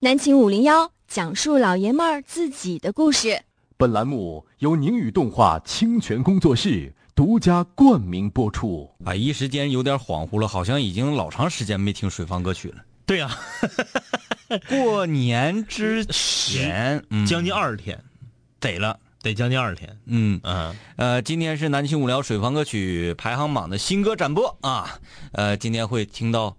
南秦五零幺讲述老爷们儿自己的故事。本栏目由宁宇动画清泉工作室独家冠名播出。啊，一时间有点恍惚了，好像已经老长时间没听水房歌曲了。对呀、啊过年之前，嗯，将近二十天，得了，得将近二十天。嗯，嗯，呃，今天是南青无聊水房歌曲排行榜的新歌展播啊，呃，今天会听到，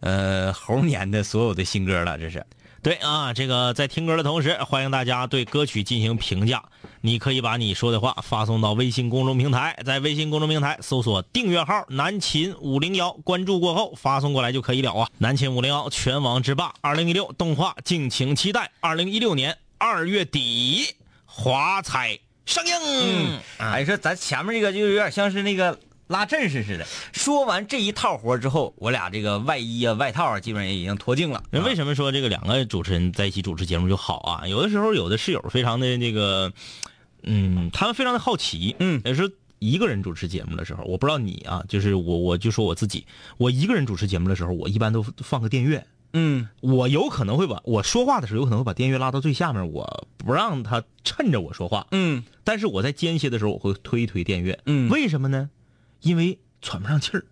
呃，猴年的所有的新歌了，这是，对啊，这个在听歌的同时，欢迎大家对歌曲进行评价。你可以把你说的话发送到微信公众平台，在微信公众平台搜索订阅号“南秦五零幺”，关注过后发送过来就可以了啊。南秦五零幺全网之霸，二零一六动画敬请期待，二零一六年二月底华彩上映。啊哎，说咱前面这个就有点像是那个拉阵势似的，说完这一套活之后，我俩这个外衣啊、外套啊，基本上也已经脱净了。啊人为什么说这个两个主持人在一起主持节目就好啊？有的时候有的室友非常的那个，嗯，他们非常的好奇，嗯也是一个人主持节目的时候，我不知道你啊，就是我我就说我自己，我一个人主持节目的时候，我一般都放个电乐，嗯，我有可能会把我说话的时候有可能会把电乐拉到最下面，我不让他趁着我说话，嗯，但是我在间歇的时候我会推一推电乐，嗯为什么呢？因为喘不上气儿。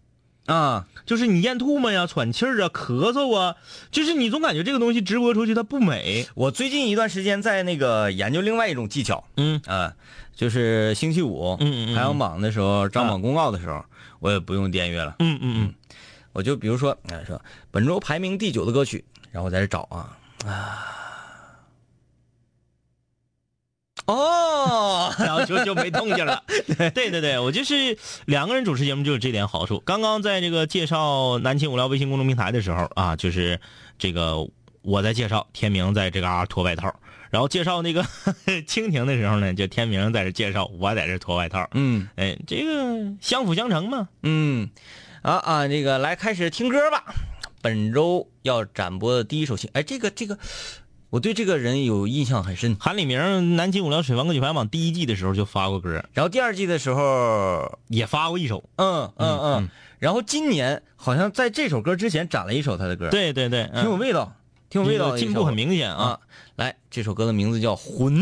啊，就是你咽吐沫呀、喘气儿啊、咳嗽啊，就是你总感觉这个东西直播出去它不美。我最近一段时间在那个研究另外一种技巧，嗯啊，就是星期五嗯嗯啊嗯排行榜的时候，张榜公告的时候，我也不用电乐了，嗯嗯嗯，我就比如说，哎，说本周排名第九的歌曲，然后我在这找啊啊，哦， 然后就就没动静了。 对对对，我就是两个人主持节目就有这点好处。刚刚在这个介绍南秦无聊微信公众平台的时候啊，就是这个我在介绍天明在这嘎、脱外套，然后介绍那个 蜻蜓的时候呢，就天明在这介绍，我在这脱外套。嗯哎，这个相辅相成嘛。嗯，啊啊，这个来开始听歌吧，本周要展播的第一首新，哎，这个这个，我对这个人有印象很深。韩礼明《南秦五聊水房歌曲排行榜》第一季的时候就发过歌，然后第二季的时候，也发过一首。嗯嗯嗯，然后今年好像在这首歌之前展了一首他的歌，，对对对，挺有嗯味道，挺有味道的一首，进步很明显啊。啊。来，这首歌的名字叫《魂》。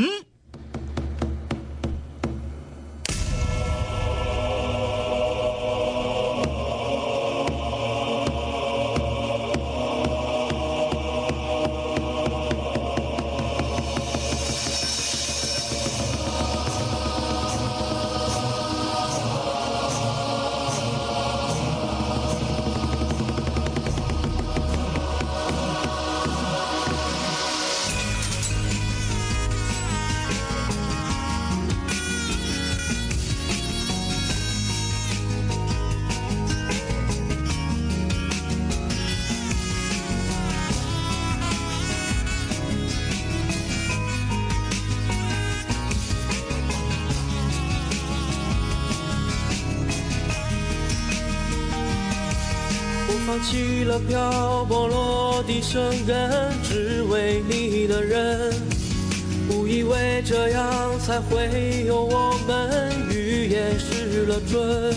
我放弃了漂泊落地生根，只为你的人。误以为这样才会有我们，雨也失了准。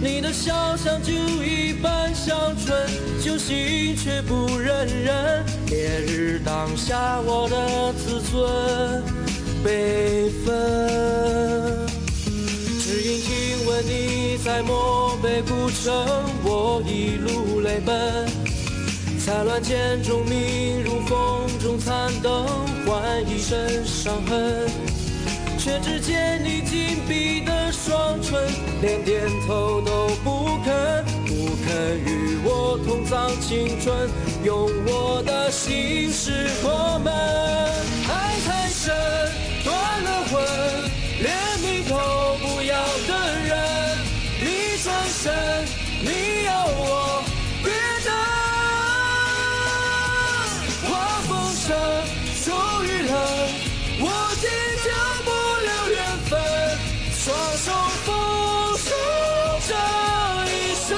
你的笑像酒一般香醇，酒醒却不认人。烈日当下，我的自尊悲愤。只因听闻你在漠北古城，我一路泪奔。杂乱间中迷入风中残灯，换一身伤痕。却只见你紧闭的双唇，连点头都不肯，不肯与我同葬青春，用我的心事过门。爱太深，断了魂，连命都不要的人，你转身，你要我别等。话风声终于冷，我即将不留缘分，双手奉送这一生。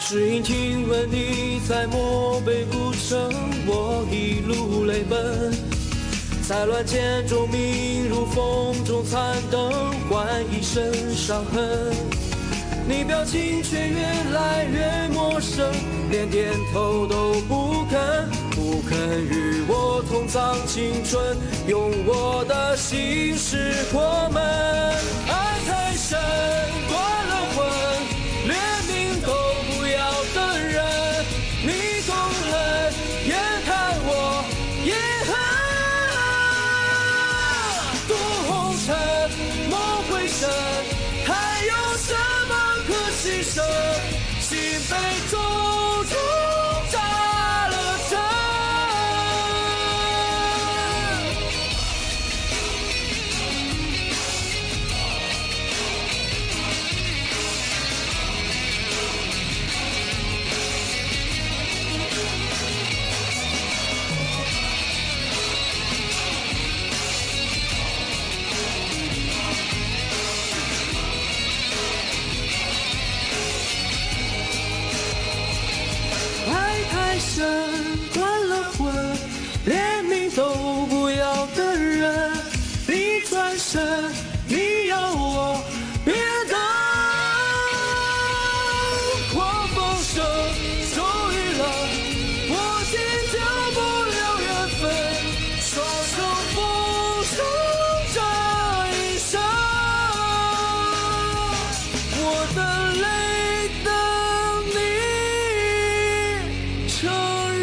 只因听闻你在漠北古城，我一路泪奔。在乱箭中迷入风中残灯，换一身伤痕。你表情却越来越陌生，连点头都不青春，用我的心事我们。爱太深，断了魂，连命都不要的人，你痛恨，也看我也恨。渡红尘，梦回神，还有什么可牺牲？心被重重扎了针。爱太深，断了魂，连命都不要的人，你转身，你要我别等。狂风声终于冷，我竟掉不了缘分，双手奉送这一生。我的泪等你承认。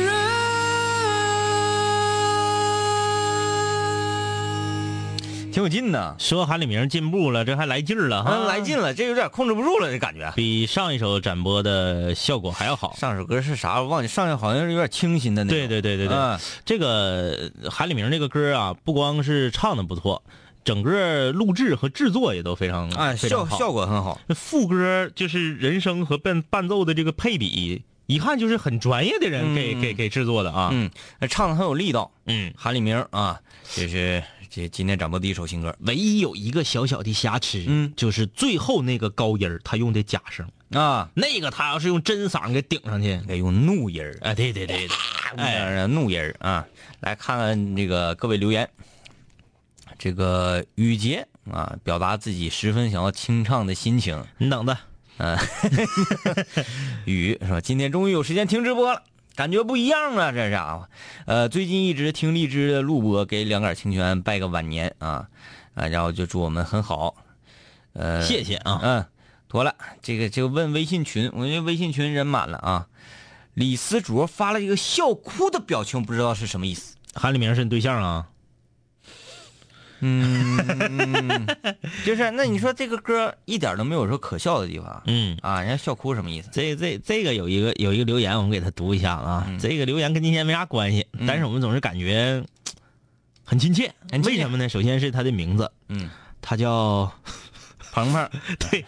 挺有劲呢，说韩里明进步了，这还来劲儿了嗯，哈，来劲了，这有点控制不住了，这感觉。比上一首展播的效果还要好。上首歌是啥？我忘记，上一好像是有点清新的那种。对对对对对，嗯这个呃韩里明这个歌啊，不光是唱的不错，整个录制和制作也都非常哎，非效常好。效果很好。那副歌就是人声和伴伴奏的这个配比，一看就是很专业的人给、给给制作的啊。嗯，唱的很有力道。嗯韩立明啊，这是这今天展播第一首新歌唯一有一个小小的瑕疵，嗯就是最后那个高音儿他用的假声，啊，那个他要是用真嗓给顶上去，得用怒音儿，哎，对对对，哎，哎，怒音儿啊，来看看这个各位留言。这个雨杰啊，表达自己十分想要清唱的心情。你等着，雨是吧？今天终于有时间听直播了，感觉不一样了，这是啊。呃，最近一直听荔枝的录播，给两杆清泉拜个晚年啊啊，然后就祝我们很好。呃，谢谢啊。嗯，妥了，这个就问微信群，我觉得微信群人满了啊。李思卓发了一个笑哭的表情，不知道是什么意思。韩立明是你对象啊？就是那你说这个歌一点都没有说可笑的地方嗯，啊，人家笑哭什么意 思？这这这个有一个有一个留言，我们给他读一下啊。嗯这个留言跟今天没啥关系，但是我们总是感觉嘖很亲切。很亲切为什么呢？首先是他的名字，嗯，他叫 鹏鹏，对，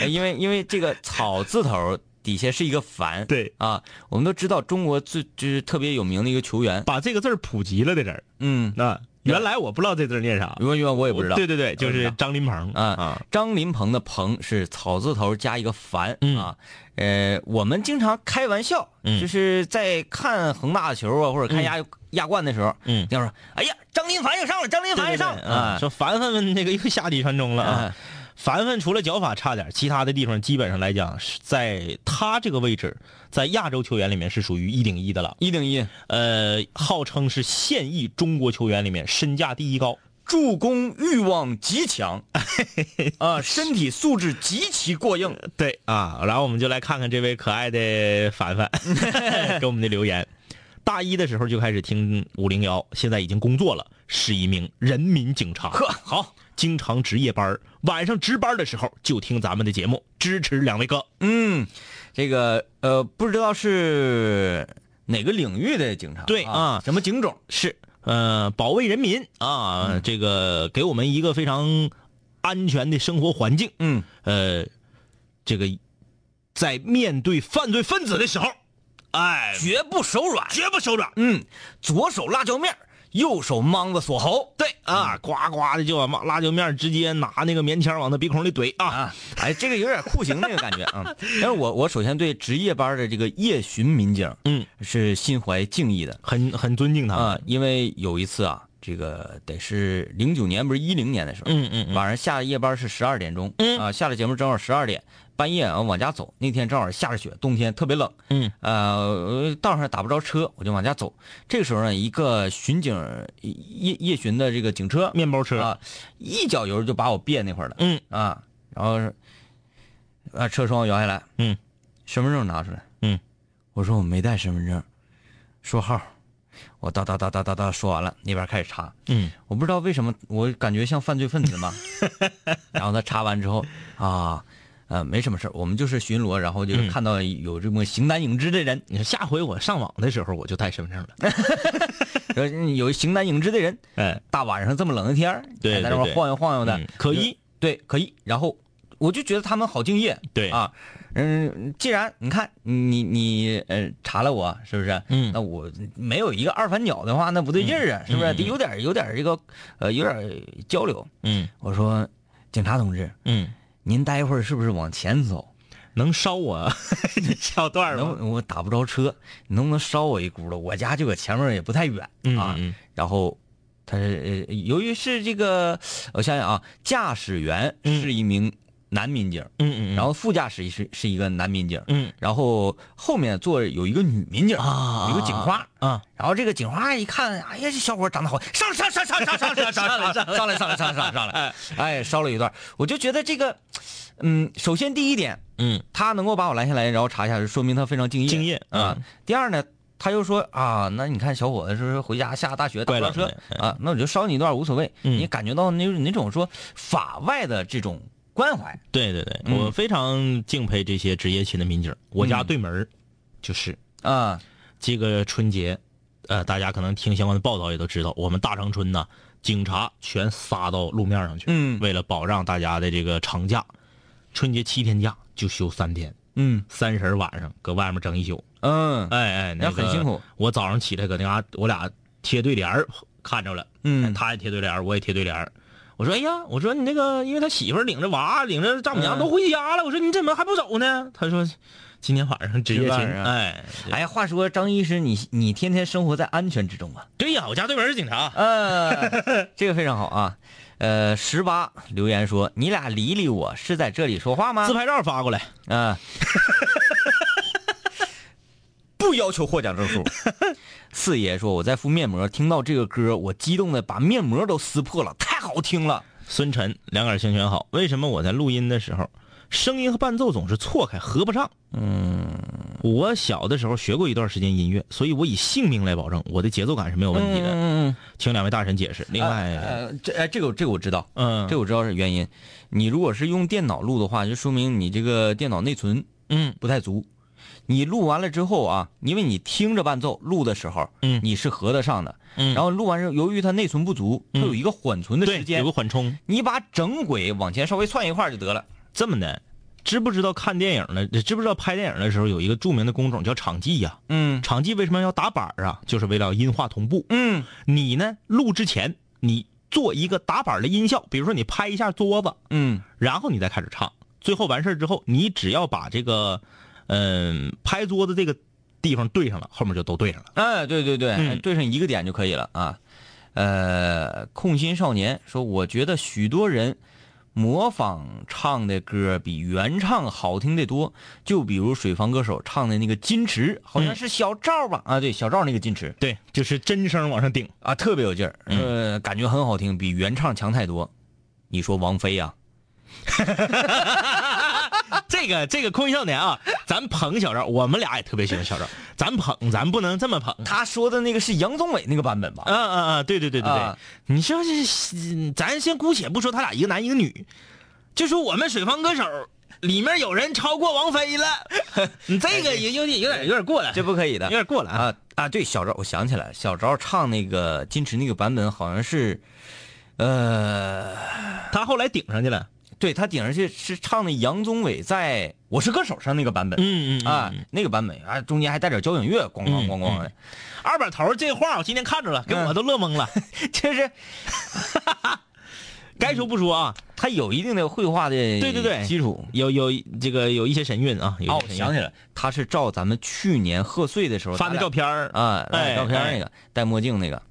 呃因为因为这个草字头底下是一个凡， 对，啊，我们都知道中国最就是特别有名的一个球员，把这个字儿普及了的人儿。嗯，那原来我不知道这字儿念啥，永啊远我也不知道，对对对，就我也是不知张林鹏道啊，张林鹏的鹏是草字头加一个凡、啊，呃，我们经常开玩笑，嗯就是在看恒大的球啊，或者看亚、亚冠的时候，嗯经常说，哎呀，张林凡又上了，张林对凡对又对上了啊啊，，说凡凡那个又下底传中了啊啊。凡凡除了脚法差点，其他的地方基本上来讲，是在他这个位置，在亚洲球员里面是属于一顶一的了。一顶一，呃，号称是现役中国球员里面身价第一高。助攻欲望极强，啊，身体素质极其过硬。对啊，然后我们就来看看这位可爱的凡 凡给我们的留言。大一的时候就开始听五零幺，现在已经工作了，是一名人民警察。呵，好，经常值夜班儿，晚上值班的时候就听咱们的节目，支持两位哥。嗯，这个呃，不知道是哪个领域的警察，对啊什么警种？是，呃，保卫人民啊，这个给我们一个非常安全的生活环境。嗯，呃，这个在面对犯罪分子的时候，哎，绝不手软。绝不手软。嗯，左手辣椒面儿，右手莽子锁喉。对啊，呱呱的就把麻辣椒面直接拿那个棉签往他鼻孔里怼啊！啊，哎，这个有点酷刑那个感觉 啊。嗯但是我我首先对值夜班的这个夜巡民警，嗯，是心怀敬意的很很尊敬他啊，因为有一次啊，这个得是零九年，不是一零年的时候，嗯嗯嗯嗯晚上下夜班是十二点钟，啊，下了节目正好十二点，半夜啊往家走，那天正好下着雪，冬天特别冷，嗯，呃，道上打不着车，我就往家走。这个时候呢，一个巡警夜夜巡的这个警车面包车，啊，一脚油就把我别那块儿了，嗯啊，然后是把车窗摇下来，嗯，身份证拿出来，嗯，我说我没带身份证，说号，我哒哒哒哒哒哒说完了，那边开始查，嗯，我不知道为什么，我感觉像犯罪分子 嘛。然后他查完之后啊，呃，没什么事儿我们就是巡逻，然后就是看到有这么形单影只的人，嗯你说下回我上网的时候我就带身份证了， 呃 有形单影只的人，哎，大晚上这么冷的天儿，对还在那对对边晃悠晃悠的嗯，可疑就，对，可疑。然后我就觉得他们好敬业，对啊，嗯，既然你看你你呃查了我是不是？嗯那我没有一个二反鸟的话，那不对劲儿啊，是不是？得有点儿有点儿这个呃有点儿交流。嗯我说，警察同志，嗯，您待会儿是不是往前走？能捎我 小段儿吗？能我打不着车，你能不能捎我一轱辘？我家就搁前面，也不太远嗯啊。嗯然后他是、呃由于是这个，我想想啊，驾驶员是一名男民警，嗯嗯，然后副驾驶是是一个男民警，嗯然后后面坐着有一个女民警，啊有一个警花。啊，然后这个警花一看，哎呀，这小伙长得好，上上上上上上上上上上上来上来上来上来上来，哎，烧了一段，我就觉得这个，嗯，首先第一点，嗯，他能够把我拦下来，然后查一下，说明他非常敬业，敬业啊。第二呢，他又说啊，那你看小伙子是不是回家下大雪打怪不着冷车的啊？那我就捎你一段无所谓，嗯你感觉到那那种说法外的这种关怀，对对对，嗯我非常敬佩这些职业勤的民警。我家对门儿就是啊，这个春节，呃，大家可能听相关的报道也都知道，我们大长春呢，警察全撒到路面上去，嗯为了保障大家的这个长假，春节七天假就休三天，嗯三十儿晚上搁外面整一宿，嗯哎哎，那很个辛苦。我早上起来搁那嘎、我俩贴对联儿看着了，哎嗯他也贴对联儿我也贴对联儿我说哎呀，我说你那个，因为他媳妇儿领着娃，领着丈母嗯娘都回家了，我说你怎么还不走呢？他说今天晚上值夜值勤，班啊哎，哎呀，话说张医师，你你天天生活在安全之中啊？对呀，我家对门是警察， 呃，这个非常好啊。呃，十八留言说：“你俩理理我，是在这里说话吗自拍照发过来，？” 啊，不要求获奖证书。四爷说：“我在敷面膜，听到这个歌，我激动的把面膜都撕破了，太好听了。孙晨，两杆儿清泉好。为什么我在录音的时候，声音和伴奏总是错开，合不上？嗯，我小的时候学过一段时间音乐，所以我以性命来保证，我的节奏感是没有问题的。嗯请两位大神解释。另外，呃，这哎，这个这个我知道，嗯，这个我知道是原因。你如果是用电脑录的话，就说明你这个电脑内存嗯不太足。你录完了之后啊，因为你听着伴奏录的时候，嗯你是合得上的。嗯，然后录完之后，由于它内存不足，它嗯有一个缓存的时对，间有个，缓冲。你把整轨往前稍微窜一块儿就得了。这么的，知不知道看电影的，知不知道拍电影的时候有一个著名的工种叫场记呀、嗯场记为什么要打板儿啊？就是为了音画同步。嗯你呢，录之前你做一个打板儿的音效，比如说你拍一下桌子，嗯然后你再开始唱。最后完事儿之后，你只要把这个，嗯、拍桌子这个地方对上了，后面就都对上了。哎，对对对，嗯对上一个点就可以了啊。呃，控心少年说，我觉得许多人模仿唱的歌比原唱好听的多，就比如水房歌手唱的那个《矜持》，好像是小赵吧？啊，对，小赵那个《矜持》。对，就是真声往上顶。啊，特别有劲儿，呃，感觉很好听，比原唱强太多。你说王菲啊呀、啊这个这个空余少年啊，咱捧小赵，我们俩也特别喜欢小赵，咱捧咱不能这么捧。她说的那个是杨宗纬那个版本吧？嗯嗯嗯，对对对对对，啊你说这，咱先姑且不说他俩一个男一个女，就说我们水房歌手里面有人超过王菲 了，哎你这个也有点有点有点过了，这不可以有的点过了啊。啊啊！对，小赵，我想起来了，小赵唱那个矜持那个版本好像是，呃，他后来顶上去了，对他顶上去是唱的杨宗纬在《我是歌手》上那个版本。嗯嗯啊，那个版本啊，中间还带点交响乐，咣咣咣咣的， 二把头这话我今天看着了，给嗯我都乐懵了。就是该说不说啊，他有一定的绘画的对对对基础。有有这个有一些神韵啊。有一些哦，神韵想起来了，他是照咱们去年贺岁的时候发咱的俩照片儿，啊，哎照片儿那个戴墨镜那个，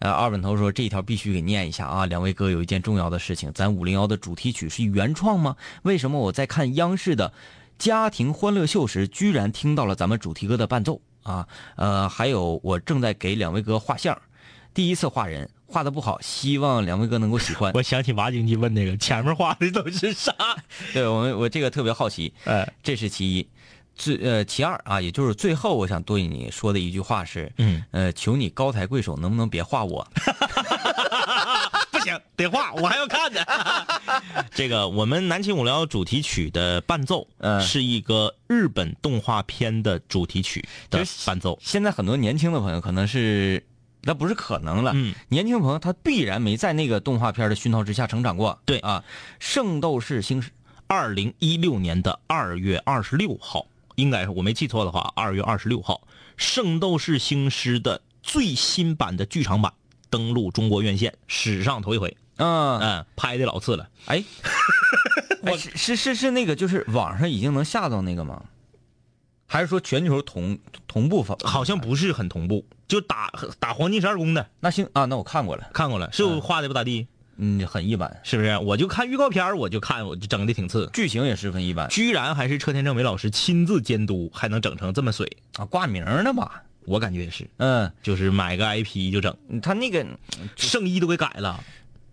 呃，二本头说这一条必须给念一下啊！两位哥有一件重要的事情，咱五零幺的主题曲是原创吗？为什么我在看央视的《家庭欢乐秀》时，居然听到了咱们主题歌的伴奏啊？呃，还有我正在给两位哥画像，第一次画人，画的不好，希望两位哥能够喜欢。我想起马经济问那个前面画的都 是啥？对我们，我这个特别好奇，哎，这是其一。最呃，其二啊，也就是最后我想对你说的一句话是，嗯，呃，求你高抬贵手，能不能别画我？不行，得画，我还要 看呢。这个我们南秦五聊主题曲的伴奏，嗯是一个日本动画片的主题曲的伴奏。现在很多年轻的朋友可能是，那不是可能了，嗯，年轻朋友他必然没在那个动画片的熏陶之下成长过。对啊，圣斗士星矢，二零一六年的二月二十六号，应该是我没记错的话，二月二十六号，《圣斗士星矢》的最新版的剧场版登陆中国院线，史上头一回。嗯，嗯，拍的老次了。哎，哎是是是是那个，就是网上已经能下到那个吗？还是说全球同同步发？好像不是很同步，就打打黄金十二宫的那行啊，那我看过了，看过了，是不画的不咋地，嗯，很一般，是不是？我就看预告片儿我就看，我就整的挺次，剧情也十分一般居然还是车田正美老师亲自监督，还能整成这么水，啊，挂名儿呢吧？我感觉也是，嗯，就是买个 IP 就整，他那个圣衣都给改了，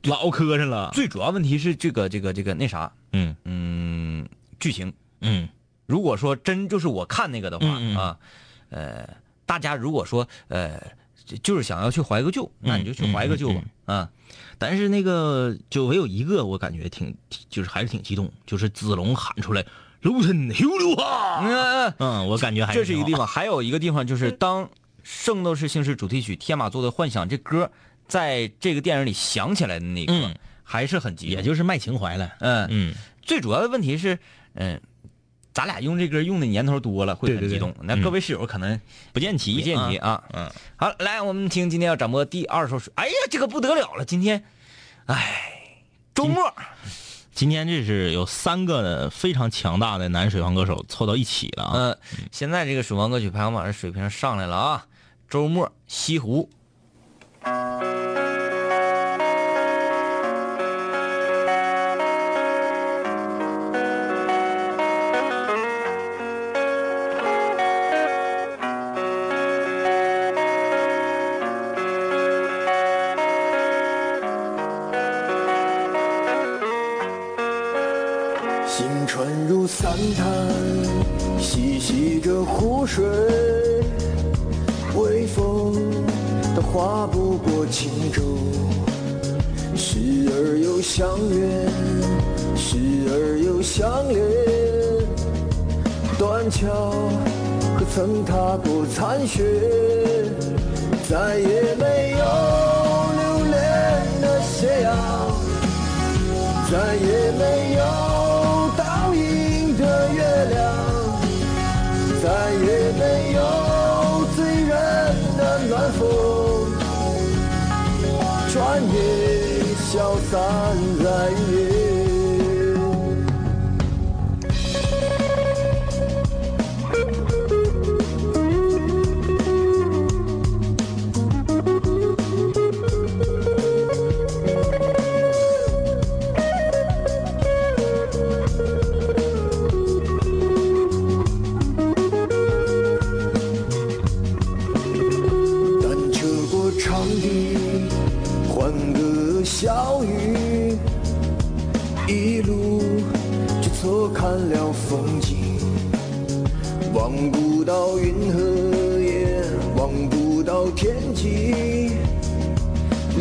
老磕碜了，最主要问题是这个这个这个那啥，嗯嗯，剧情。嗯如果说真就是我看那个的话嗯嗯啊，呃，大家如果说呃就就是想要去怀个旧，那你就去怀个旧吧嗯啊。但是那个就唯有一个我感觉挺，挺就是还是挺激动，就是子龙喊出来“卢森牛流啊嗯嗯”，，嗯，我感觉还这是是一个挺好地方，还有一个地方就是当《圣斗士星矢》主题曲《天马座的幻想》这歌在这个电影里响起来的那一刻，嗯还是很激动。也就是卖情怀了，嗯，嗯。最主要的问题是，嗯。咱俩用这歌用的年头多了，会对很对激对动。那各位室友可能不见齐，不见你啊啊。嗯，好，来，我们听今天要展播第二首水。哎呀，这个不得了了，今天，哎，周末，啊今天这是有三个非常强大的男水王歌手凑到一起了啊！嗯、现在这个水王歌曲排行榜的水平上来了啊。周末，西湖，行船入三潭，嬉戏着湖水，微风它划不过轻舟，时而又相约，时而又相连，断桥可曾踏过残雪，再也没有留恋的斜阳。再也没有倒影的月亮，再也没有醉人的暖风，转眼消散在云烟。单车过长堤，换个小雨，一路就错看了风景，望不到云和也望不到天际，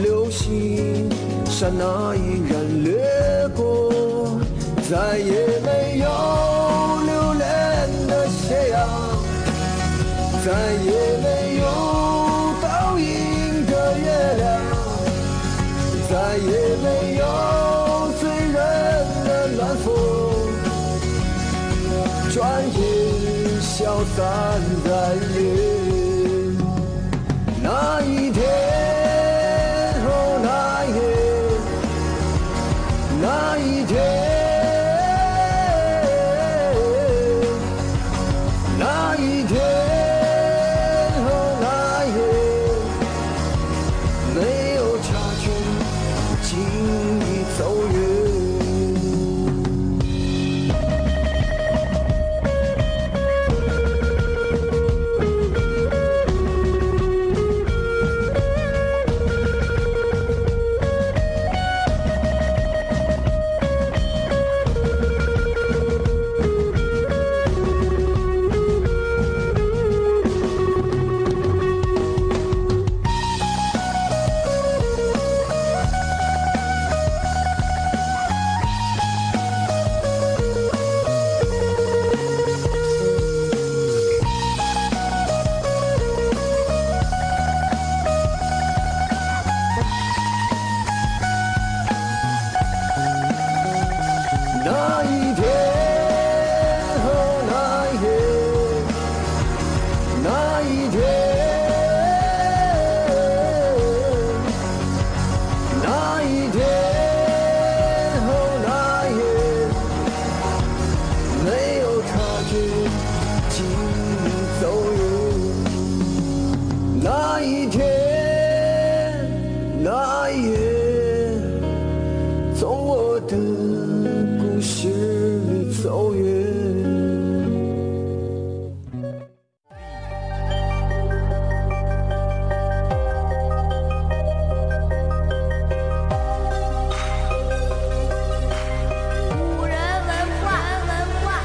流星刹那依然掠过，再也没有留恋的斜阳。再也没有倒影的月亮，再也没有醉人的暖风，转眼消散在云。那一天，哦，那夜，那一天。那一天和那夜，没一天那一夜，从我的故事里走远。古人文化，文化，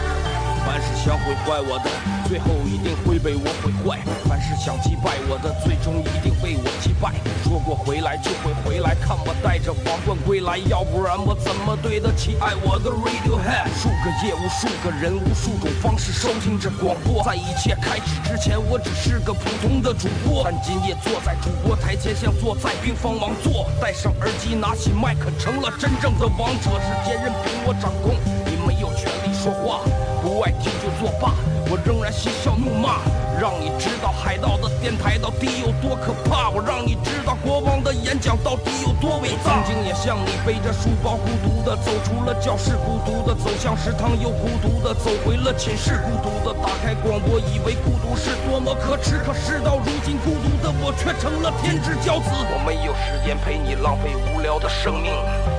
凡是想毁坏我的，最后一定会被我毁坏；凡是想击败我的，最终一定被我击败。说过回来就会回来，看我带着王冠归来，要不然我怎么对得起爱我的 Radiohead？数个夜，无数个人，无数种方式收听着广播。在一切开始之前，我只是个普通的主播，但今夜坐在主播台前，像坐在冰封王座。戴上耳机，拿起麦克，成了真正的王者。世界任凭我掌控，你没有权利说话。不爱听就作罢，我仍然嬉笑怒骂，让你知道海盗的电台到底有多可怕，我让你知道国王的演讲到底有多伟大。曾经也像你背着书包孤独的走出了教室，孤独的走向食堂，又孤独的走回了寝室，孤独的打开广播，以为孤独是多么可耻，可事到如今，孤独的我却成了天之骄子。我没有时间陪你浪费无聊的生命，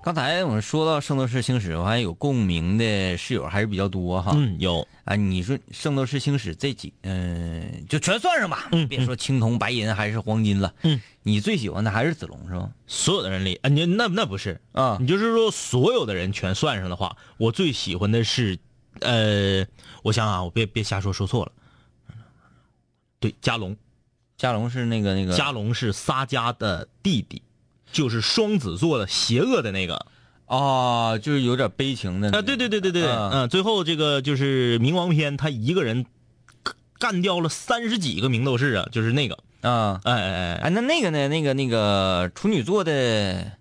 刚才我们说到《圣斗士星矢》，我还有共鸣的室友还是比较多哈。嗯，有啊，你说《圣斗士星矢》这几，嗯、就全算上吧，别说青铜、白银还是黄金了。嗯，你最喜欢的还是子龙是吗？所有的人里，啊，你那那不是啊你就是说所有的人全算上的话，我最喜欢的是，呃，我想想啊，我别别瞎说，说错了。对，加龙，加龙是那个那个加龙是撒迦的弟弟，就是双子座的邪恶的那个。哦，就是有点悲情的那啊，个对对对对对，啊嗯、最后这个就是冥王篇，他一个人干掉了三十几个明斗士啊，就是那个，啊哎哎哎，啊，那那个呢？那个那个处女座的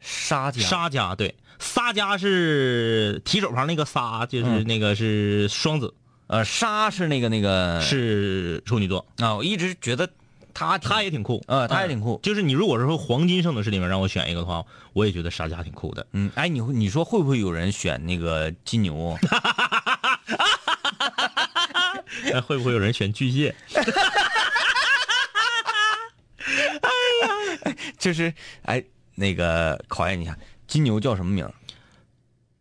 沙家沙家对，撒家是提手旁那个撒，就是嗯那个是双子，呃沙是那个那个是处女座，啊，我一直觉得嗯他他也挺酷，呃他也挺酷嗯就是你如果是说黄金圣斗士里面让我选一个的话，我也觉得沙家挺酷的。嗯，哎，你会你说会不会有人选那个金牛？ 哎会不会有人选巨蟹？就是哎那个考验你一下，金牛叫什么名儿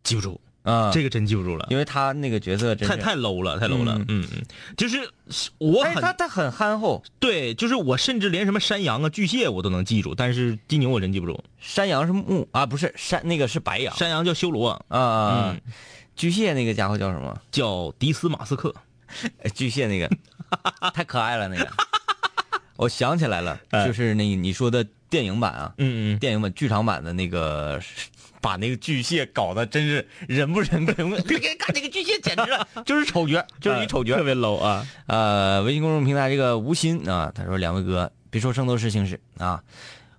记不住，啊？这个真记不住了，因为他那个角色真太是太 low 了，太 low 了。嗯嗯，就是我哎，很他他很憨厚。对，就是我甚至连什么山羊啊、巨蟹我都能记住，但是金牛我真记不住。山羊是木啊，不是山那个是白羊山羊叫修罗，啊。巨蟹那个家伙叫什么？叫迪斯马斯克。哎巨蟹那个 太可爱了，那个。我想起来了，哎就是那你说的电影版啊，嗯嗯，电影版剧场版的那个，把那个巨蟹搞得真是人不人 鬼不鬼，别看这个巨蟹简直了，嗯 就是丑角，就是一丑角特。别 low 啊。呃，微信公众平台这个吴昕啊，他说两位哥，别说圣斗士星矢啊，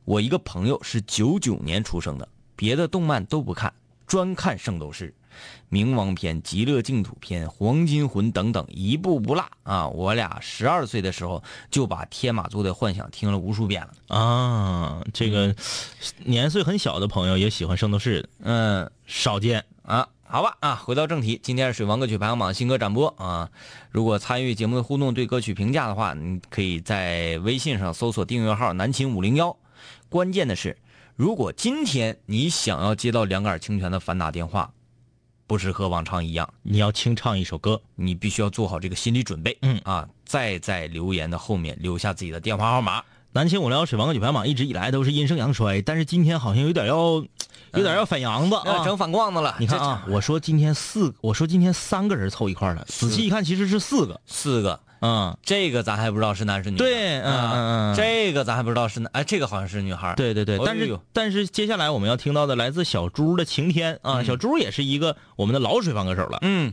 我一个朋友是九九年出生的，别的动漫都不看，专看圣斗士。冥王篇、极乐净土篇、黄金魂等等，一部不落啊！我俩十二岁的时候就把《天马座的幻想》听了无数遍了。啊，这个年岁很小的朋友也喜欢圣斗士，嗯，少见。啊，好吧啊，回到正题，今天是水王歌曲排行榜新歌展播啊。如果参与节目的互动，对歌曲评价的话，你可以在微信上搜索订阅号“南秦五零幺”。关键的是，如果今天你想要接到两杆清泉的反打电话，不是和往常一样，你要清唱一首歌，你必须要做好这个心理准备。嗯啊，再在留言的后面留下自己的电话号码。南秦五聊水王歌曲排行榜一直以来都是阴盛阳衰，但是今天好像有点要，有嗯点要反阳子要啊。整反光的了，你看这啊，我说今天四，我说今天三个人凑一块儿了，仔细一看其实是四个。四个，嗯，这个咱还不知道是男是女。对嗯啊嗯嗯这个咱还不知道是男，哎，这个好像是女孩。对对对，哎但是呦但是接下来我们要听到的来自小猪的晴天啊，小猪也是一个我们的老水房歌手了。嗯，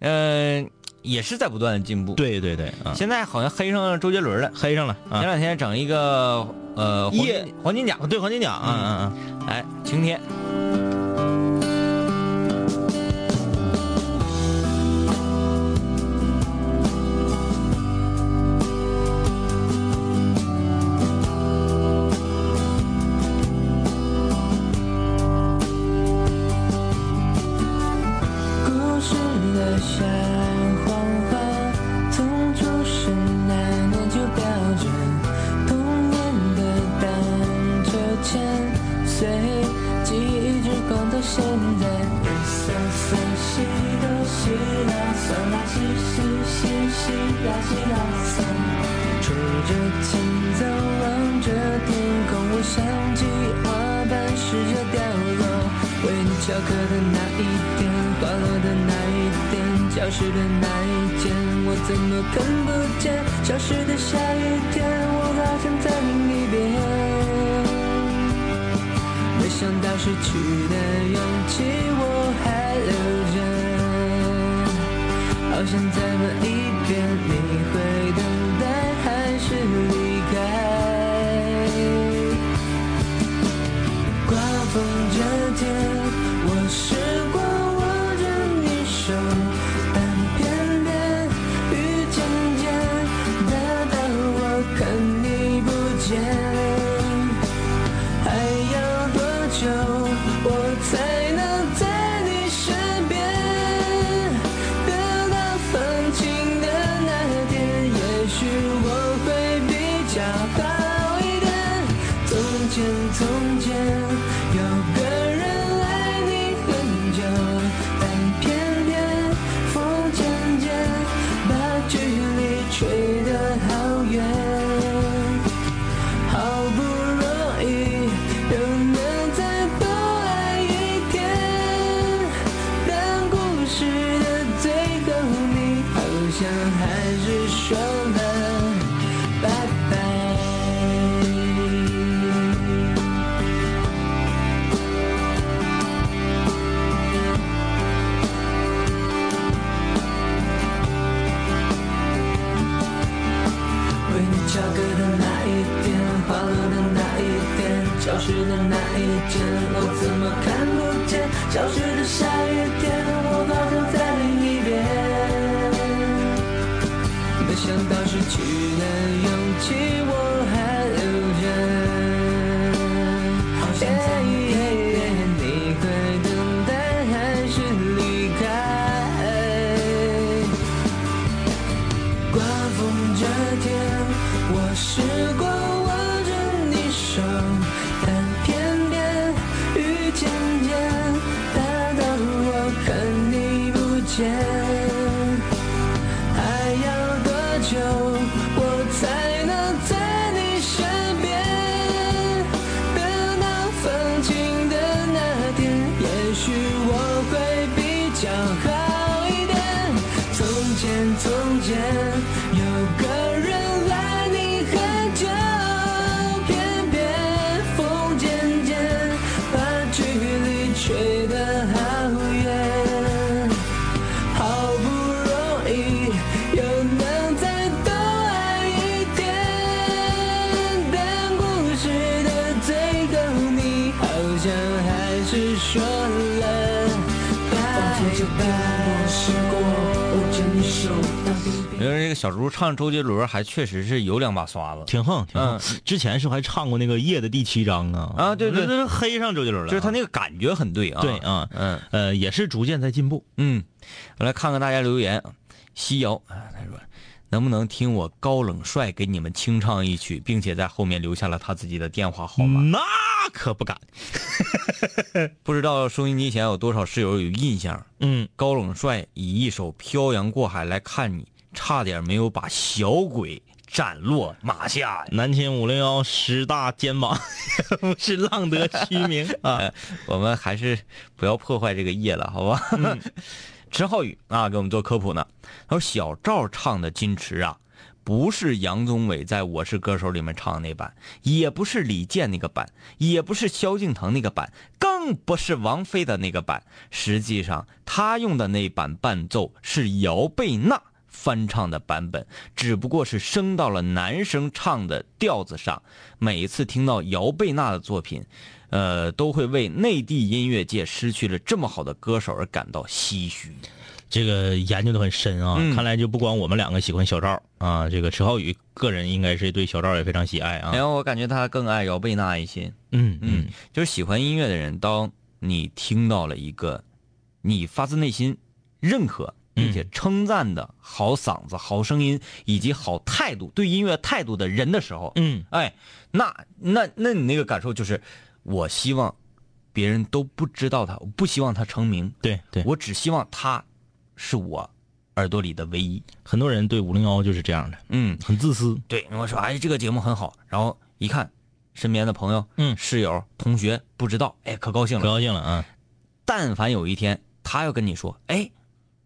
呃，也是在不断的进步。，对对对啊，现在好像黑上周杰伦了。黑上了前啊，两天整一个呃黄夜嗯金黄金嗯甲，哎对黄金甲啊啊啊。哎，晴天。傻谎话，从出生那年就标准，童年的荡秋千，随记忆之光到现在。一三三西哆西啦嗦啦西西西西啦西啦嗦，吹着琴走，望着天空，我想起花瓣试着掉落，为你翘课的那一天，花落的那一天，教室的那一天，我怎么看不见？消失的下雨天，我好想在另一边。没想到失去的勇气我还留着，好想再问一遍，你会等待还是离开？刮风这天，我试过握着你手，但偏偏雨渐渐大到我看你不见。还要多久我才能在你身边？等到放晴的那天，也许我会比较好一点。从前从前，有个人爱你很久，但偏偏风渐渐把距离吹得好远。好不容易又能再多爱一天，但故事的最后你好像还是说了拜拜。为你翘课的那一天，花落的那一天，教室的那一天，我怎么看不见？教室的下雨天，我好像在另一边。没想到失去的勇气我还留着，好想再问一遍，你会等待还是离开？刮风这天，我试过握着你手，但偏偏雨渐渐大到我看你不见。还要多久我才能在你身边？等到放晴的那天，也许我会比较好一点。从前，从前有个人爱你很久，偏偏风渐渐把距离吹得好远。好不容易又能再多爱一天，但故事的最后你好像还是说了拜拜。因为这个小时候唱周杰伦还确实是有两把刷子，挺横，挺横。之前是还唱过那个《夜》的第七章啊，嗯啊对对那那黑上周杰伦了，啊就是他那个感觉很对啊。对啊，嗯呃，也是逐渐在进步。嗯，我来看看大家留言啊。西瑶啊，他说能不能听我高冷帅给你们清唱一曲，并且在后面留下了他自己的电话号码。那可不敢。不知道收音机前有多少室友有印象？嗯，高冷帅以一首《漂洋过海来看你》，差点没有把小鬼斩落马下呀。南秦五零幺十大肩膀， 不是浪得虚 名啊。哎我们还是不要破坏这个夜了，好吧？ 陈浩宇啊，给我们做科普呢。他说小赵唱的《矜持》啊，不是杨宗纬在《我是歌手》里面唱的那版，也不是李健那个版，也不是萧敬腾那个版，更不是王菲的那个版。实际上，他用的那版伴奏是姚贝娜。翻唱的版本，只不过是升到了男生唱的调子上。每一次听到姚贝娜的作品，呃，都会为内地音乐界失去了这么好的歌手而感到唏嘘。这个研究的很深啊，嗯看来就不光我们两个喜欢小赵啊，这个池浩宇个人应该是对小赵也非常喜爱啊。然后哎我感觉他更爱姚贝娜一些。嗯嗯，就是喜欢音乐的人，当你听到了一个你发自内心认可并且称赞的好嗓子、好声音以及好态度，对音乐态度的人的时候，嗯，哎，那那那你那个感受就是，我希望别人都不知道他，我不希望他成名，对对，我只希望他是我耳朵里的唯一。很多人对五零幺就是这样的，嗯，很自私。对，我说哎，这个节目很好，然后一看身边的朋友、嗯室友、同学不知道，哎，可高兴可了。高兴了啊！但凡有一天他要跟你说，哎，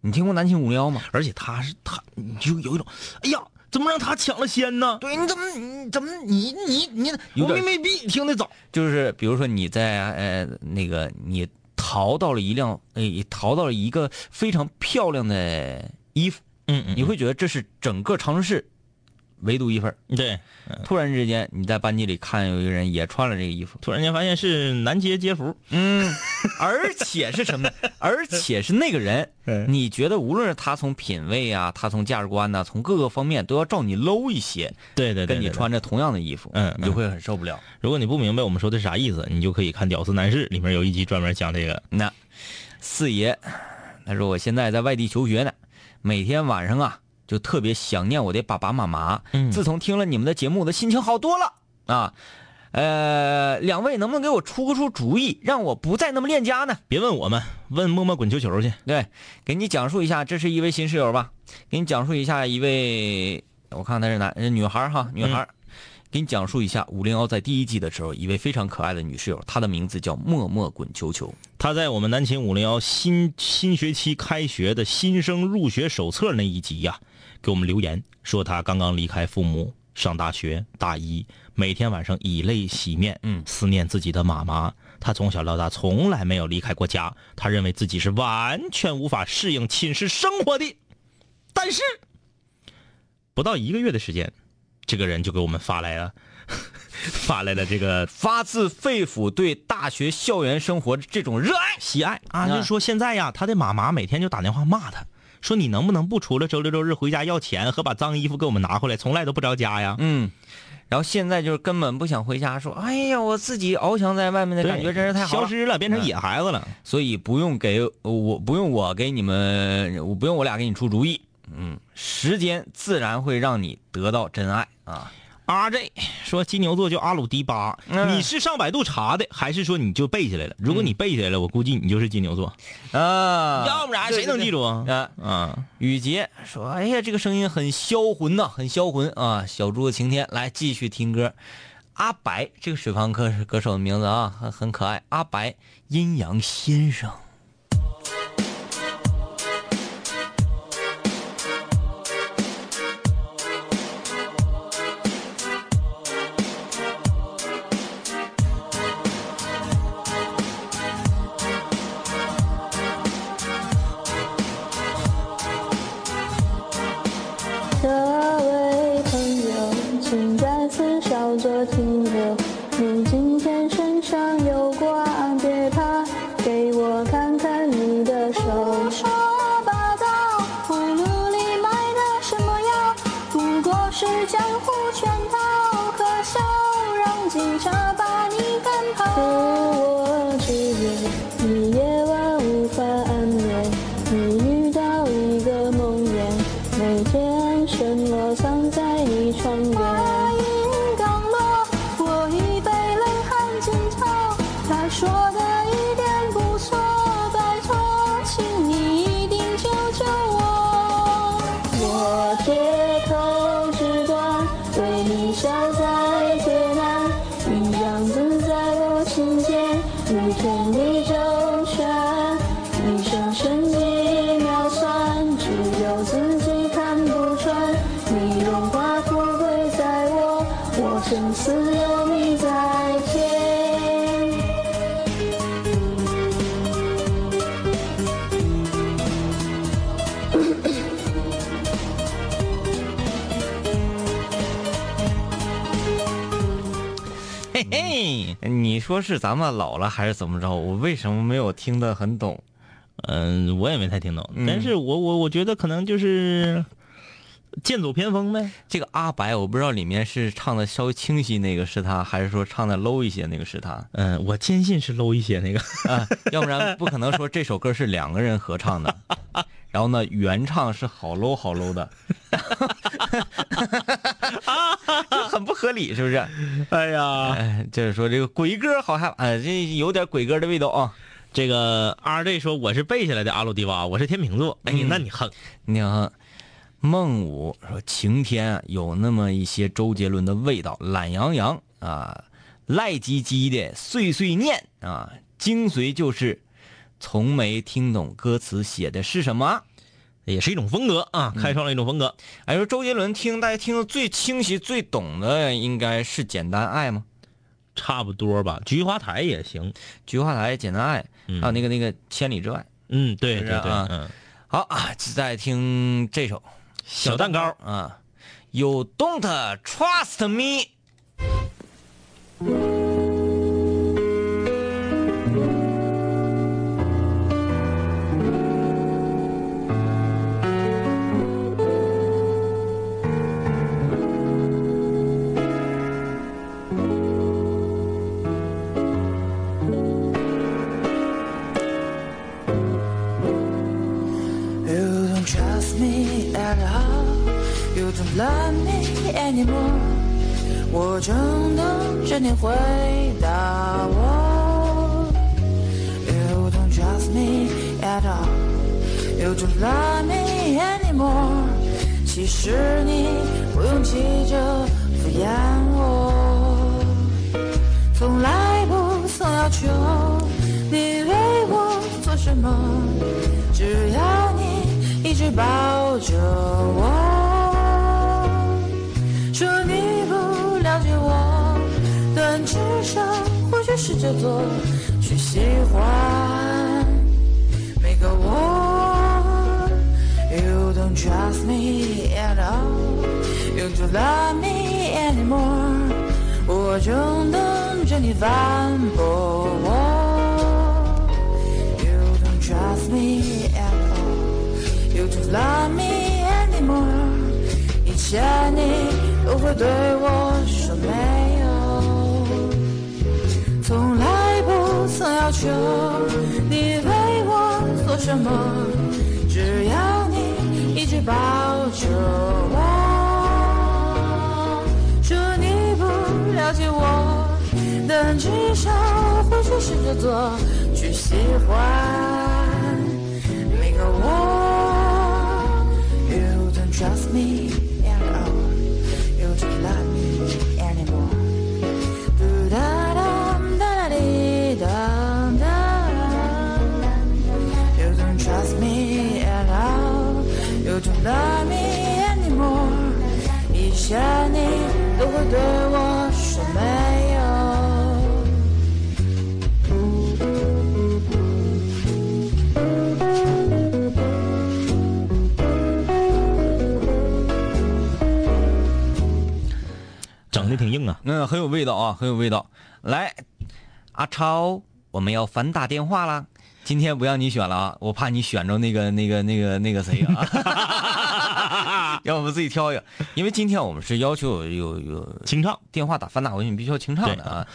你听过南秦五零幺吗？而且他是他，你就有一种，哎呀，怎么让他抢了先呢？对，你怎么你怎么你你你我我明明明明比你听得早。就是比如说你在呃那个你淘到了一辆哎淘到了一个非常漂亮的衣服，嗯嗯你会觉得这是整个长春市唯独一份儿。嗯，对。突然之间你在班级里看有一个人也穿了这个衣服，突然间发现是南街街服，嗯，而且是什么呢？而且是那个 人，哎你觉得无论是他从品味啊，他从价值观呐、从各个方面都要照你 low 一些，对对对，跟你对。穿着同样的衣服，嗯你就会很受不了。对如果你不明白我们说的是啥意思，你就可以看《屌丝男士》，里面有一集专门讲这个。那四爷，他说我现在在外地求学呢，每天晚上啊就特别想念我的爸爸妈妈。嗯自从听了你们的节目，我的心情好多了啊。呃，两位能不能给我出出主意，让我不再那么恋家呢？别问我们，问摸摸滚球球去。对，给你讲述一下，这是一位新室友吧？给你讲述一下一位，我看她是男呃女孩儿哈，女孩儿。嗯给你讲述一下五零幺在第一季的时候，一位非常可爱的女室友，她的名字叫默默滚球球。他在我们南秦五零幺新新学期开学的新生入学手册那一集呀、给我们留言说他刚刚离开父母上大学大一，每天晚上以泪洗面，嗯思念自己的妈妈。他从小到大从来没有离开过家，他认为自己是完全无法适应寝室生活的。但是，不到一个月的时间，这个人就给我们发来了， 发来了这个发自肺腑对大学校园生活这种热爱喜爱啊，就是说现在呀，他的妈妈每天就打电话骂他，说你能不能不除了周六周日回家要钱和把脏衣服给我们拿回来，从来都不着家呀。嗯，然后现在就是根本不想回家，说哎呀，我自己翱翔在外面的对感觉真是太好消了，嗯失了，变成野孩子了。所以不用给我不用我给你们，我不用我俩给你出主意，嗯，时间自然会让你得到真爱啊。 RJ 说金牛座叫阿鲁迪巴，嗯你是上百度查的，还是说你就背下来了？如果你背下来了，我估计你就是金牛座，啊，要不然谁能记住？住啊？啊，啊，雨杰说：“哎呀，这个声音很销魂呐、很销魂啊！”小猪的晴天来继续听歌。阿白，这个水房歌歌手的名字啊，很很可爱。阿白，阴阳先生。各位朋友，请在此稍作停留。你今天身上有光，别怕，给我看看你的手。胡说八道，葫芦里卖的什么药？不过是江湖圈套，可笑，让警察把你赶跑。我之言，你夜晚无法安眠，你遇到一个梦魇。每天什么藏在你床边？话音刚落，我已被冷汗浸透。他说的一点不错，拜托，请你一定救救我。我铁口直断，对你笑在天南，一样自在我心间，雨天里周旋。一生神机妙算，只有自己看不穿。你荣华富贵在我，我生死有你在天。嘿嘿，你说是咱们老了还是怎么着？我为什么没有听得很懂？嗯，我也没太听懂，但是我我我觉得可能就是剑走偏锋呗。这个阿白，我不知道里面是唱的稍微清晰那个是他，还是说唱的 low 一些那个是他嗯，我坚信是 low 一些那个。啊？要不然不可能说这首歌是两个人合唱的，然后呢，原唱是好 low 好 low 的， 这很不合理，是不是？哎呀，哎，就是说这个鬼歌好害怕，哎，这有点鬼歌的味道啊。这个 RJ 说我是背下来的阿鲁迪娃，我是天秤座。哎，那你很你看，孟武说晴天啊有那么一些周杰伦的味道，懒洋洋啊，赖唧唧的碎碎念啊，精髓就是从没听懂歌词写的是什么。也是一种风格啊，开创了一种风格。哎，说周杰伦听大家听的最清晰、最懂的应该是《简单爱》吗？差不多吧，菊花台也行。 《菊花台》《简单爱》，还有那个那个《千里之外嗯，对是对不是对啊，嗯，》。好啊，再听这首小蛋糕，啊，You Don't Trust Me。 You don't trust me at all. You don't love me anymore. 我正等着你回答我。You don't trust me at all. You don't love me anymore. 其实你不用急着敷衍我。从来不曾要求你为我做什么，只要你一直抱着我。说你不了解我，但至少或许试着做，去喜欢每个我。You don't trust me at all. You don't love me anymore. 我正等着你反驳我。You don't trust me at all. You don't love me anymore. 以前你都会对我说没有，从来不曾要求你为我做什么，只要你一直抱着我。说你不了解我，但至少或许试着做，去喜欢每个我。You don't trust me at all. You don't love me anymore. Do da dum da da dee dum da. You don't trust me at all. You don't love me anymore. 以前你都会对我说没有。整的挺硬啊。嗯，很有味道啊，很有味道。来，阿超，我们要反打电话啦！今天不让你选了啊，我怕你选着那个、那个、那个、那个谁 啊，要不自己挑一个。因为今天我们是要求有有有清唱，电话打反打回去，你必须要清唱的啊。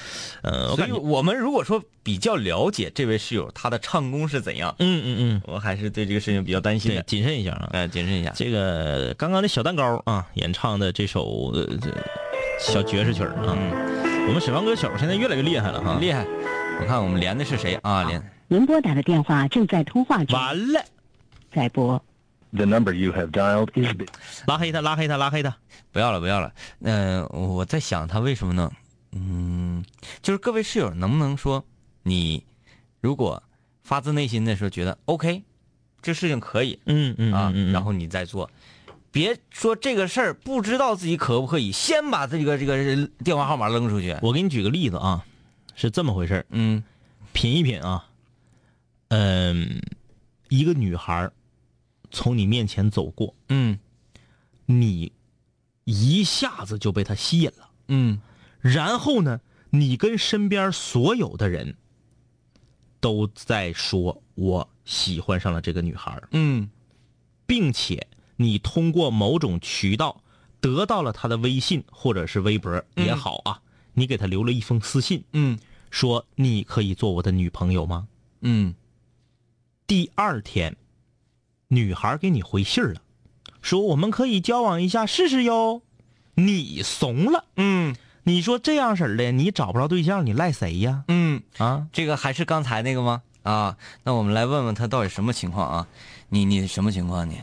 呃，所我感以觉，我们如果说比较了解这位室友他的唱功是怎样，嗯嗯嗯，我还是对这个事情比较担心对的，。谨慎一下啊。哎，谨慎一下。这个刚刚的小蛋糕啊，演唱的这首呃这小爵士曲儿啊，我们沈阳歌手现在越来越厉害了哈。厉害！我看我们连的是谁嗯啊？连您拨打的电话正在通话中，完了，在拨。 The number you have dialed is 拉黑他，拉黑他，拉黑他。不要了，不要了。嗯、我在想他为什么呢？嗯，就是各位室友能不能说，你如果发自内心的说觉得 OK，这事情可以嗯嗯啊，嗯嗯，然后你再做，别说这个事儿不知道自己可不可以，先把这个这个电话号码扔出去。我给你举个例子啊，是这么回事儿嗯品一品啊，嗯，一个女孩儿从你面前走过，嗯你一下子就被她吸引了，嗯然后呢，你跟身边所有的人都在说我喜欢上了这个女孩儿，嗯并且你通过某种渠道得到了她的微信或者是微博也好啊，你给她留了一封私信，嗯说你可以做我的女朋友吗？嗯第二天，女孩给你回信儿了，说我们可以交往一下试试哟。你怂了，嗯你说这样式儿的，你找不着对象，你赖谁呀？嗯，啊，这个还是刚才那个吗？啊，那我们来问问他到底什么情况啊？你你什么情况啊你？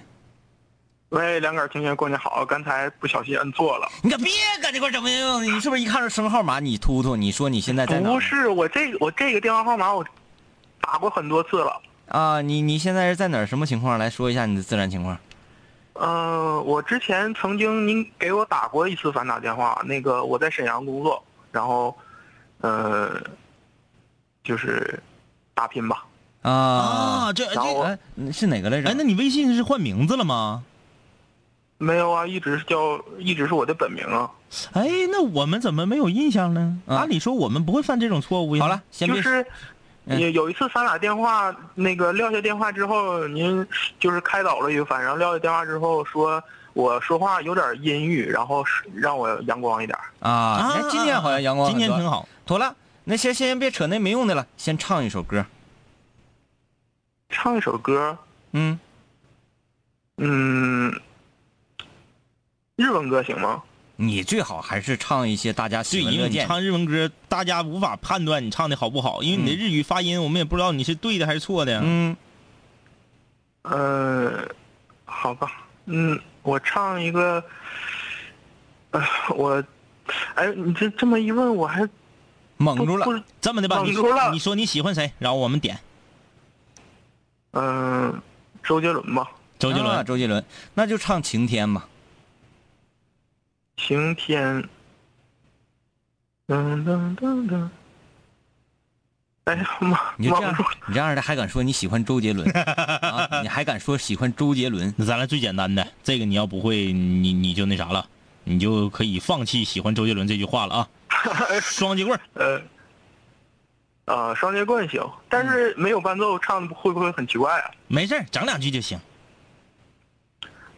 喂，两杆儿同学，过年好！刚才不小心摁错了，你可别搁这块整没用，你是不是一看着什么号码你突突？你说你现在在哪不儿？是我这个我这个电话号码我打过很多次了。啊，你你现在是在哪儿？什么情况？来说一下你的自然情况。呃，我之前曾经您给我打过一次反打电话，那个我在沈阳工作，然后，呃，就是打拼吧。啊，这然后哎，是哪个来着？哎，那你微信是换名字了吗？没有啊，一直是叫一直是我的本名啊。哎，那我们怎么没有印象呢？啊按理说我们不会犯这种错误呀。好了，，先就别嗯是有有一次咱俩电话，那个撂下电话之后，您就是开导了一番，然后撂下电话之后说我说话有点阴郁，然后是让我阳光一点。啊，啊哎今天好像阳光今很天多挺好。妥了，那先先别扯那没用的了，先唱一首歌。唱一首歌，嗯，嗯，日文歌行吗？你最好还是唱一些大家对，喜闻因乐为你见。唱日文歌，大家无法判断你唱的好不好，因为你的日语发音，我们也不知道你是对的还是错的。嗯，呃，好吧，嗯，我唱一个，呃，我，哎，你这这么一问，我还蒙不住了不。是，这么的吧，绑你住了你说你喜欢谁，然后我们点嗯、周杰伦吧，周杰啊伦。周杰伦，那就唱《晴天》吧。晴天。噔噔噔噔。哎呀妈！你就这忘样住了，你这样的还敢说你喜欢周杰 伦啊？你还敢说喜欢周杰伦？那咱来最简单的，这个你要不会，你你就那啥了，你就可以放弃喜欢周杰伦这句 话了啊。双截棍儿，呃，呃，双截棍行，但是没有伴奏唱会不会很奇怪啊？没事儿整两句就行。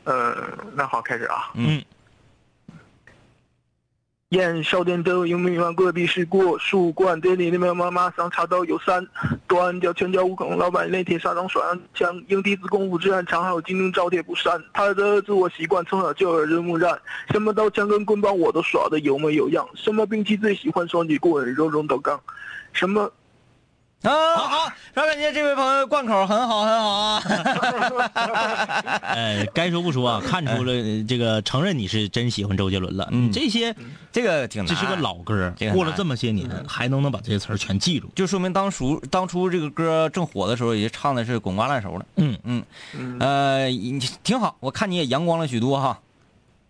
呃，那好，开始啊。嗯，焰烧点灯，迎明晚戈壁是过树冠，店里的喵妈妈桑茶刀有三端，叫拳脚五孔，老板练铁砂掌甩上枪，硬弟子功夫之擅长，还有金钟罩铁布衫。他的自我习惯从小就耳濡目染，什么刀枪跟棍棒我都耍的有模有样，什么兵器最喜欢双截棍，柔柔刀杠，什么。啊，好好，让感觉这位朋友贯口很好很好啊。 哎，该说不说啊，看出了呃这个承认你是真喜欢周杰伦了。哎嗯你这些这个挺难，啊这是个老歌这个，嗯过了难这么些年还能能把这些词儿全记住。就说明当初当初这个歌正火的时候，也唱的是滚瓜烂熟了。嗯嗯，呃，你挺好，我看你也阳光了许多哈。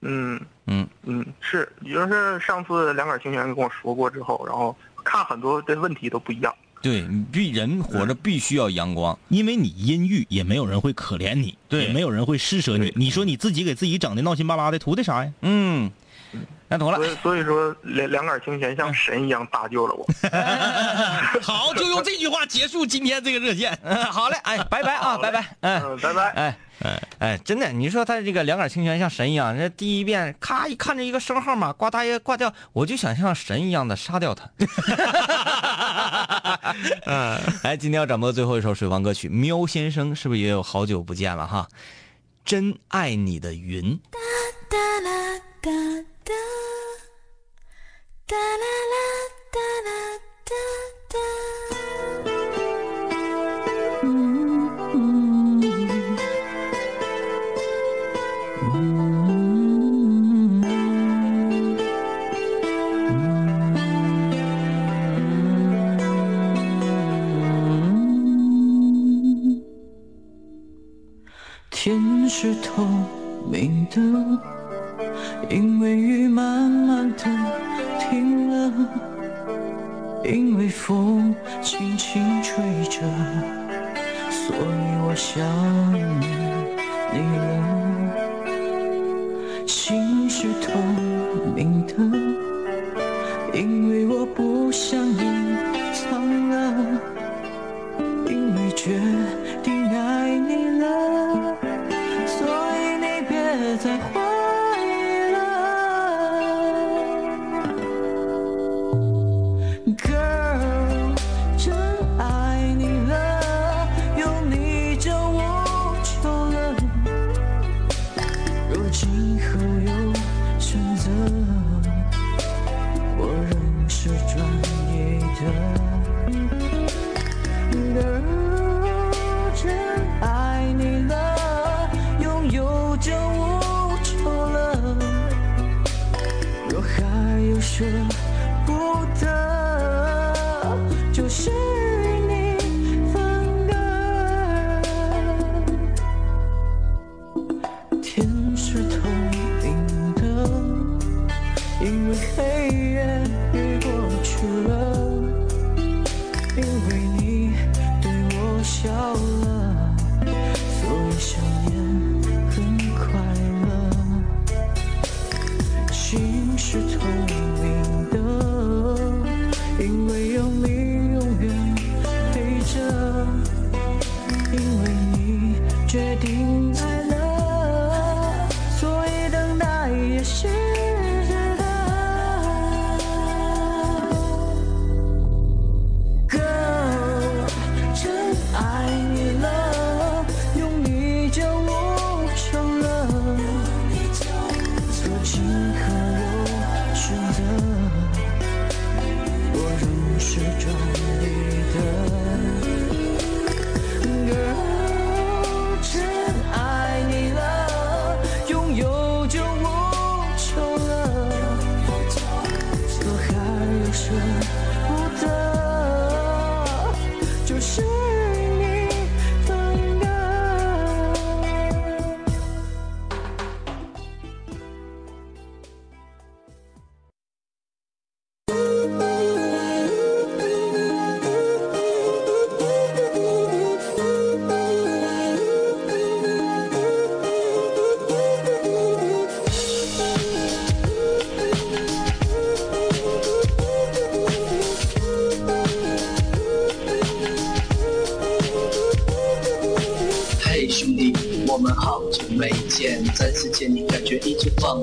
嗯嗯嗯，是，也就是上次两杆清泉跟我说过之后，然后看很多的问题都不一样。对，你必人活着必须要阳光。因为你阴郁，也没有人会可怜你，对也没有人会施舍你。你说你自己给自己整的闹心巴拉的，图的啥呀？嗯，那妥了所。以所以说，两两杆清泉像神一样搭救了我。 好，就用这句话结束今天这个热线。嗯，好嘞，哎，拜拜啊，好嘞拜拜，嗯，嗯，拜拜。哎，哎，真的，你说他这个两杆清泉像神一样，这第一遍咔一看着一个生号码挂大爷挂掉，我就想像神一样的杀掉 他。哎，今天要转播最后一首水王歌曲《喵先生》，是不是也有好久不见了哈？真爱你的云。哒啦哒哒，哒啦啦哒啦哒哒。天是透明的，因为雨慢慢的停了，因为风轻轻吹着，所以我想念你了。心是透明的，因为我不想隐藏了。因为决定爱你了，所以你别再怀疑了，Girl，真爱你了，有你就无求了，舍不得，就是你放歌。天是透明的，因为黑夜已过去了，因为你对我笑了，所以想念很快乐。心是透明的，因为有你永远陪着，因为你决定爱了，所以等待也是值得。Girl，真爱你了，用力就无穷了。做情可有选择，我仍是中你的 girl，真爱你了，拥有就无求了，我还有舍不得，就是你分割。嘿，兄弟，我们好久没见，再次见你感觉依旧放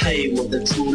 嘿，我的初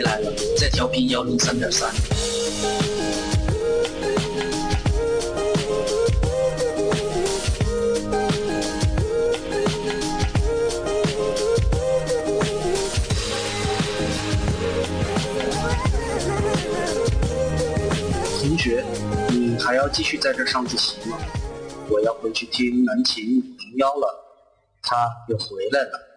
来了，在调频幺零三点三。同学，你还要继续在这儿上自习吗？我要回去听南琴五零幺了，他又回来了。